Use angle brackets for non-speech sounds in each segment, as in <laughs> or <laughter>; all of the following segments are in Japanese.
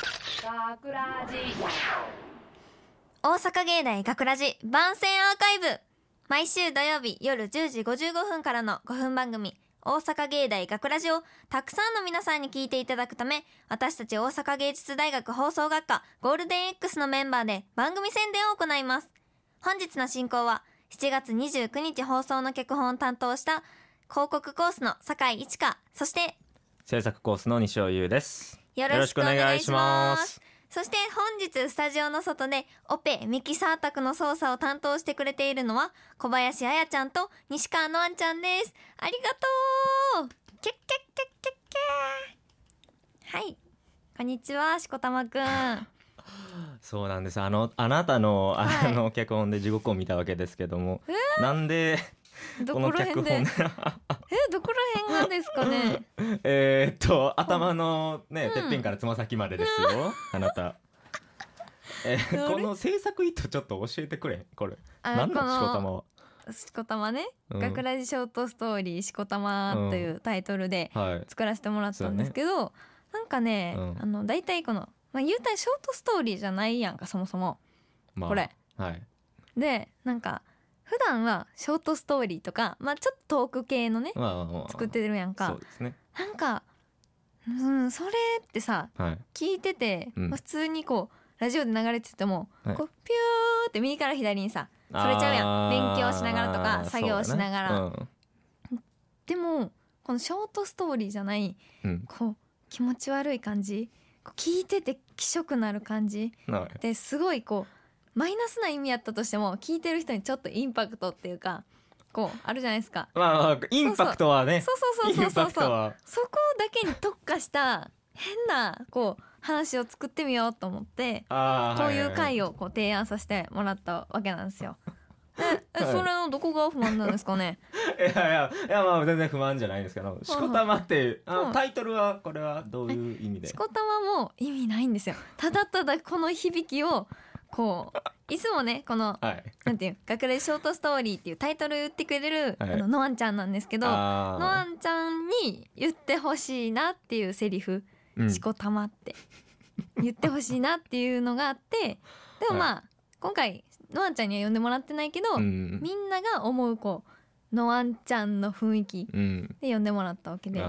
学ラジ大阪芸大学ラジ番宣アーカイブ毎週土曜日夜10時55分からの5分番組「大阪芸大学ラジをたくさんの皆さんに聞いていただくため私たち大阪芸術大学放送学科ゴールデン X のメンバーで番組宣伝を行います本日の進行は7月29日放送の脚本を担当した広告コースの酒井一華そして制作コースの西尾優ですよろしくお願いしますそして本日スタジオの外でオペミキサー宅の操作を担当してくれているのは小林彩ちゃんと西川のあんちゃんですありがとうキャッキャッキャッキャッキャーはいこんにちはしこたま <laughs> くんそうなんですあのあなたのあはいの脚本で地獄を見たわけですけども、なんでどここのら脚辺本でえどこら辺がですか <laughs> ねえーっと頭のね、うんてっぺんからつま先までですよ、あなた。えーあれこの制作意図ちょっと教えてくれこれあ何なこのしこたまは。しこたまね、うん学ラジショートストーリーしこたまというタイトルではい。作らせてもらったんですけど、なんかね、うんあの大体この、まあ、言うたらショートストーリーじゃないやんかそもそも。まあ、これ。はい。でなんか普段はショートストーリーとか、まあ、ちょっとトーク系のねまあまあまあ作ってるやんそかうですね。なんか、うん、それってさはい。聞いてて、うんまあ、普通にこうラジオで流れてても、はいこうピューって右から左にさそれちゃうやんあー勉強しながらとか作業しながらそうだねでもこのショートストーリーじゃないうんうんこう気持ち悪い感じこう聞いてて気色なる感じはいですごいこうマイナスな意味やったとしても聞いてる人にちょっとインパクトっていうかこうあるじゃないですか。まあまあインパクトはねそうそうそうそうインそパうクトそうはそこだけに特化した変なこう話を作ってみようと思ってあーこういう回はをこう提案させてもらったわけなんです <laughs> よ。ええはいそれのどこが不満なんですか <laughs> ね。いはいいやいやいやまあ全然不満じゃないですけど「しこたま」っていうあうんのタイトルはこれはどういう意味でしこたまも意味ないんですよ。ただただこの響きをこういつもねこのはいなんていう学齢ショートストーリーっていうタイトル言ってくれる、はいあのノアンちゃんなんですけど。あーのあんちゃんに言ってほしいなっていうセリフ「うんしこたま」って言ってほしいなっていうのがあってでもまあ、今回のあんちゃんには呼んでもらってないけど、うんみんなが思うこうのあんちゃんの雰囲気うんで呼んでもらったわけで、あ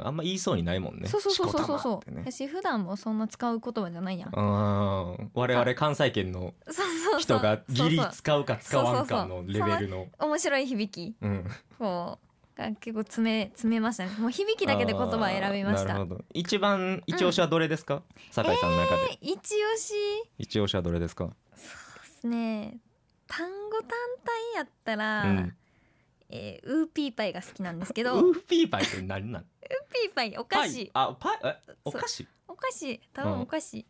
ーあんま言いそうにないもんねそうそうそうそうそうしこそたう、まってやねし普段もそんな使う言葉じゃないやんあー我々関西圏のそうそうそう人がギリそうそう使うか使わんかのレベルの面白い響きうんこうが結構詰め詰めましたねもう響きだけで言葉を選びましあーたなるほど一番一押しはどれですか酒井さんの中で一押し一押しはどれですかですね単語単体やったら、うんえーウーピーパイが好きなんですけウどウーーピーパイって何なんピーパイおパ菓イ子あパイえお菓子お菓子多う分んお菓子、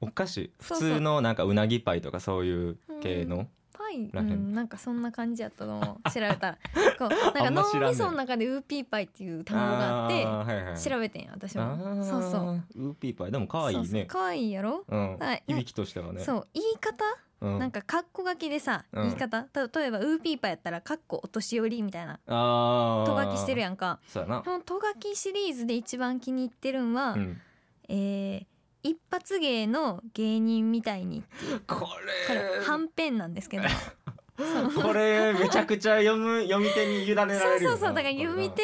お菓子普そうそう通のなんかうなぎパイとかそういう系のパイ、うらへんん、なんかそんな感じやったの <laughs> を調べたらこうなあんんまか知脳らんねみその中でウーピーパイっていう単語があってーはいはい調べてんや私あもーそうそうウーピーパイでも可愛いそうそうね可愛いやろ、うんはい響きとしてはねそう言い方、うんなんかカッコ書きでさ、うん言い方た例えばウーピーパイやったらカッコお年寄りみたいなあと書きしてるやんやんかそうやなこのと書きシリーズで一番気に入ってるんは、うんえー一発芸の芸人みたいにここれはれんぺんなん <laughs> ですけどこれめちゃくちゃ読む読み手に委ねられるよそうなそうそうだから読み手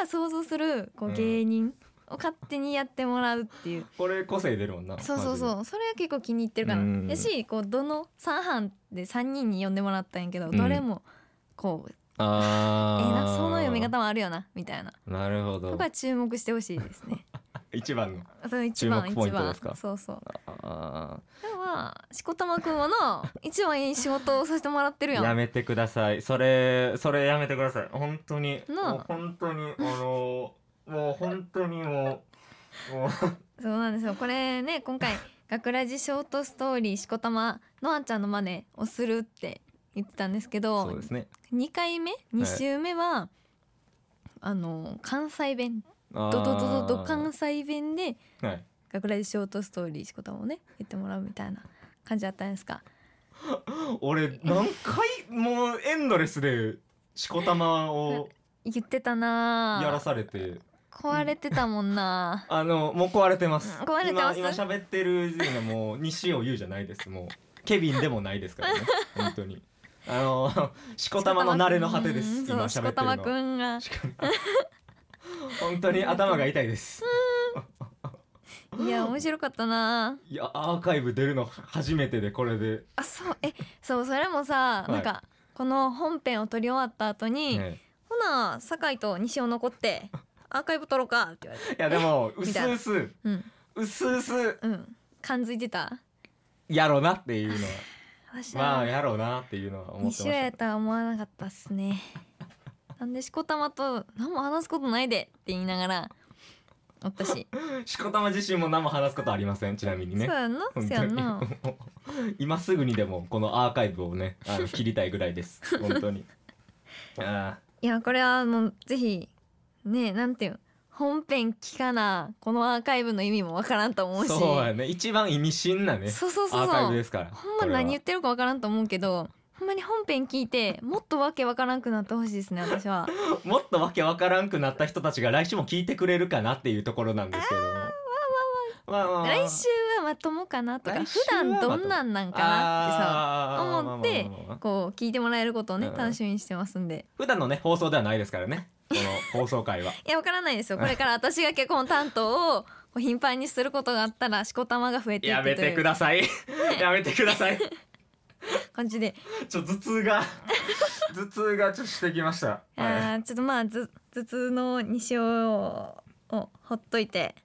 が想像するこううん芸人を勝手にやってもらうっていう、これ個性出るもんなそうそうそうそれは結構気に入ってるから、うんやしこうどの3班で3人に呼んでもらったんやけど、どれもこうえあーなその読み方もあるよなみたいななるほとどか注目してほしいです <laughs> ね一番のその一番注目ポ一イント番ですかそうそうあでもまあしこたまくんはな一番いい仕事をさせてもらってるーやんやめてくださいそれそれやめてください本当になあもう本当にあのーもう本当にも <laughs> うもうそうなんですよこれね今回「学ラジショートストーリーしこたまのあんちゃんの真似をする」って言ってたんですけどそうですね2回目2週目は、あの関西弁ドドドドドド関西弁ではい「学ラジショートストーリーしこたま」をね言ってもらうみたいな感じだったんですか俺何回もうエンドレスでしこたまを言ってたなあやらされて壊れてたもんな、あのもう壊れてますうん壊れてます今今喋ってる時点でもう西尾優じゃないですもうケビンでもないで <laughs> すからね本当にあのしこたまの慣れの果てでうすん今そうし喋こってたるまのくはんがしこたま本当に頭が痛いですいや面白かったないやアーカイブ出るの初めてでこれで、あそうえそうそれもさ、はいなんかこの本編を撮り終わった後に、ね、ほな酒井と西尾残 <laughs> ってアーカイブ撮ろうかって言われていやでもうみすたいなうすうんうすうすうん感づいてたやろなっていうのは私まあはやろうなっていうのは思ってまし西尾やたとは思わなかったっすねなんでしこたまと何も話すことないでって言いながらおったし、しこたま自身も何も話すことありませんちなみに <laughs> ねそうやんなそう本や当んにな <laughs> 今すぐにでもこのアーカイブをね <laughs> あの切りたいぐらいです本当にあいやこれはもうぜひねなんていうの本編聞かなこのアーカイブの意味もわからんと思うあしそうやね一番意味深なねそうそうそアうーそうカイブですからほんま何言ってるかわからんと思うけどほんまに本編聞いてもっとわけわからんくなってほしいですね私はこれはもっとわけわからんくなった人たちが来週も聞いてくれるかなっていうところなんですけどもま <laughs> あまあまあ来週はまともかなとか来普週は段まともどんなんなんかなっあー思ってまあまあまあまあてこう聞いてもらえることをねうん楽しみにしてますんで普段のね放送ではないですからねこの放送回 <laughs> はいやわからないですよこれから私が結婚担当をこう頻繁にすることがあったらしこたまが増えていやくめとていくうださい <laughs> やめてください感じでちょっと頭痛が <laughs> 頭痛がちょっとしてきましたあーちょっとまあず頭痛の西尾をほっといて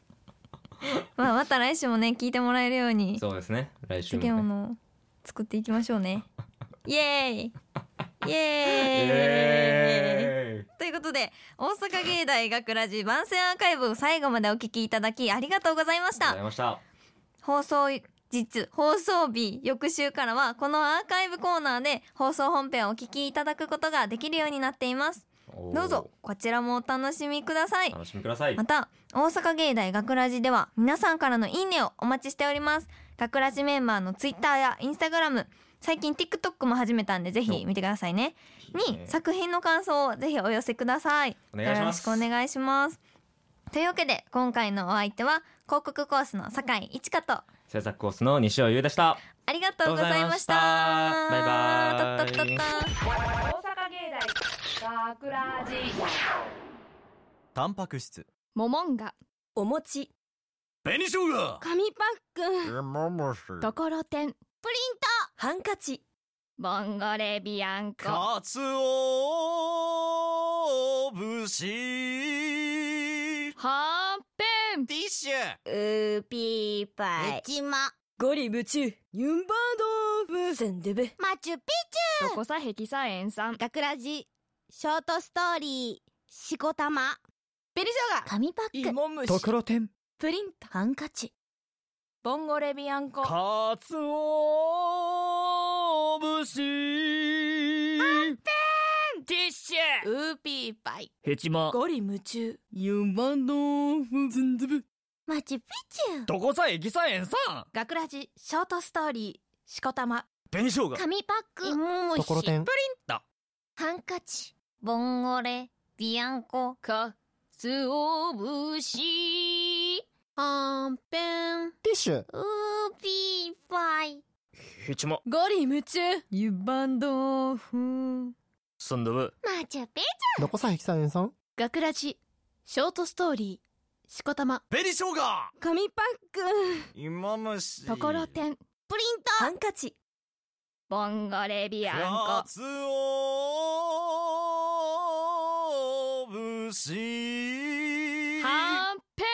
<laughs> まあまた来週もね聞いてもらえるようにそうですね来週次のも、ね、ものを作っていきましょう <laughs> ね。イエーイイエーイえということで大阪芸大学ラジ番宣アーカイブを最後までお聞きいただきありがとうございましー、ありがとうたございました放送日放送日翌週からはこのアーカイブコーナーで放送本編をお聞きいただくことができるようになっていますおーどうぞこちらもお楽しみください楽しみくださいまた大阪芸大学ラジでは皆さんからのいいねをお待ちしております学ラジメンバーのツイッターやインスタグラム最近 TikTok も始めたんでぜひ見てくださいねいいにね作品の感想をぜひお寄せくださいお願いしよますろしくお願いしますというわけで今回のお相手は広告コースの酒井一華と制作コースの西尾優でしたありがとうございましたありがとうございましたバイバイたったったった大阪芸大学ラジタンパク質モモンガお餅紅生姜紙パックンところてんプリントハンカチボンゴレビアンコかつお節はんぺんティッシュうーぴーぱいちまゴリブチユンバードーブセンデブマチュピチュどこさヘキサエンさん学ラジショートストーリーしこたま紅生紙パック芋虫ところてんプリントハンカチボンゴレビアンコかつお節ティッシュウーピーパイヘチマゴリ夢中ユンバンドーズンズブマチュピチュどこさエキサエンさん学ラジショートストーリーしこたま紅生姜紙パック芋虫ハンカチボンゴレビアンコかつお節はんぺんティッシュウーピーパイヘチマゴリ夢中湯バンドフサンドブマチュピどこさヘキサエンさん学ラジショートストーリーしこたま紅生姜紙パッ芋虫クンところてんプリントハンカチボンゴレビアンかコつお節はんぺん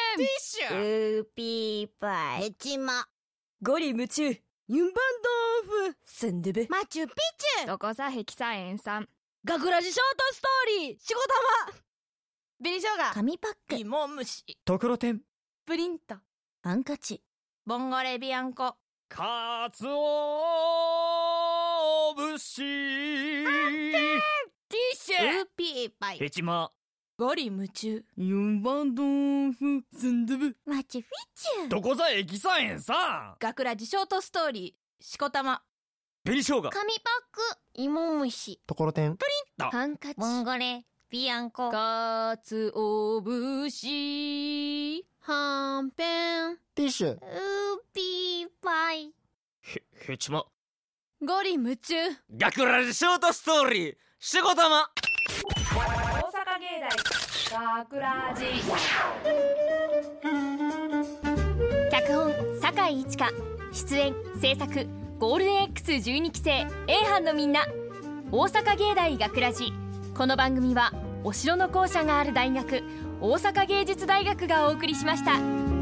ウーピーパイヘチマゴリ夢中ユンバンドーフセンデベマチュピチュどこさヘキサエンさん学ラジショートストーリーしこたま紅生姜紙パック芋虫ところてんプリントハンカチボンゴレビアンコかつお節ティッシウーピーパイヘチマゴリ夢中4番豆腐ズンドゥブマチュピチュどこさエキサエンさん学ラジショートストーリーしこたま紅生姜紙パック芋虫ところてんハンカチボンゴレビアンコかつお節はんぺんティッシュウーピーパイへ、へちま。ゴリ夢中学ラジショートストーリー、しごたま。大阪芸大学ラジ脚本酒井一華出演制作ゴールデン X12 期生 A 班のみんな大阪芸大学ラジこの番組はお城の校舎がある大学大阪芸術大学がお送りしました。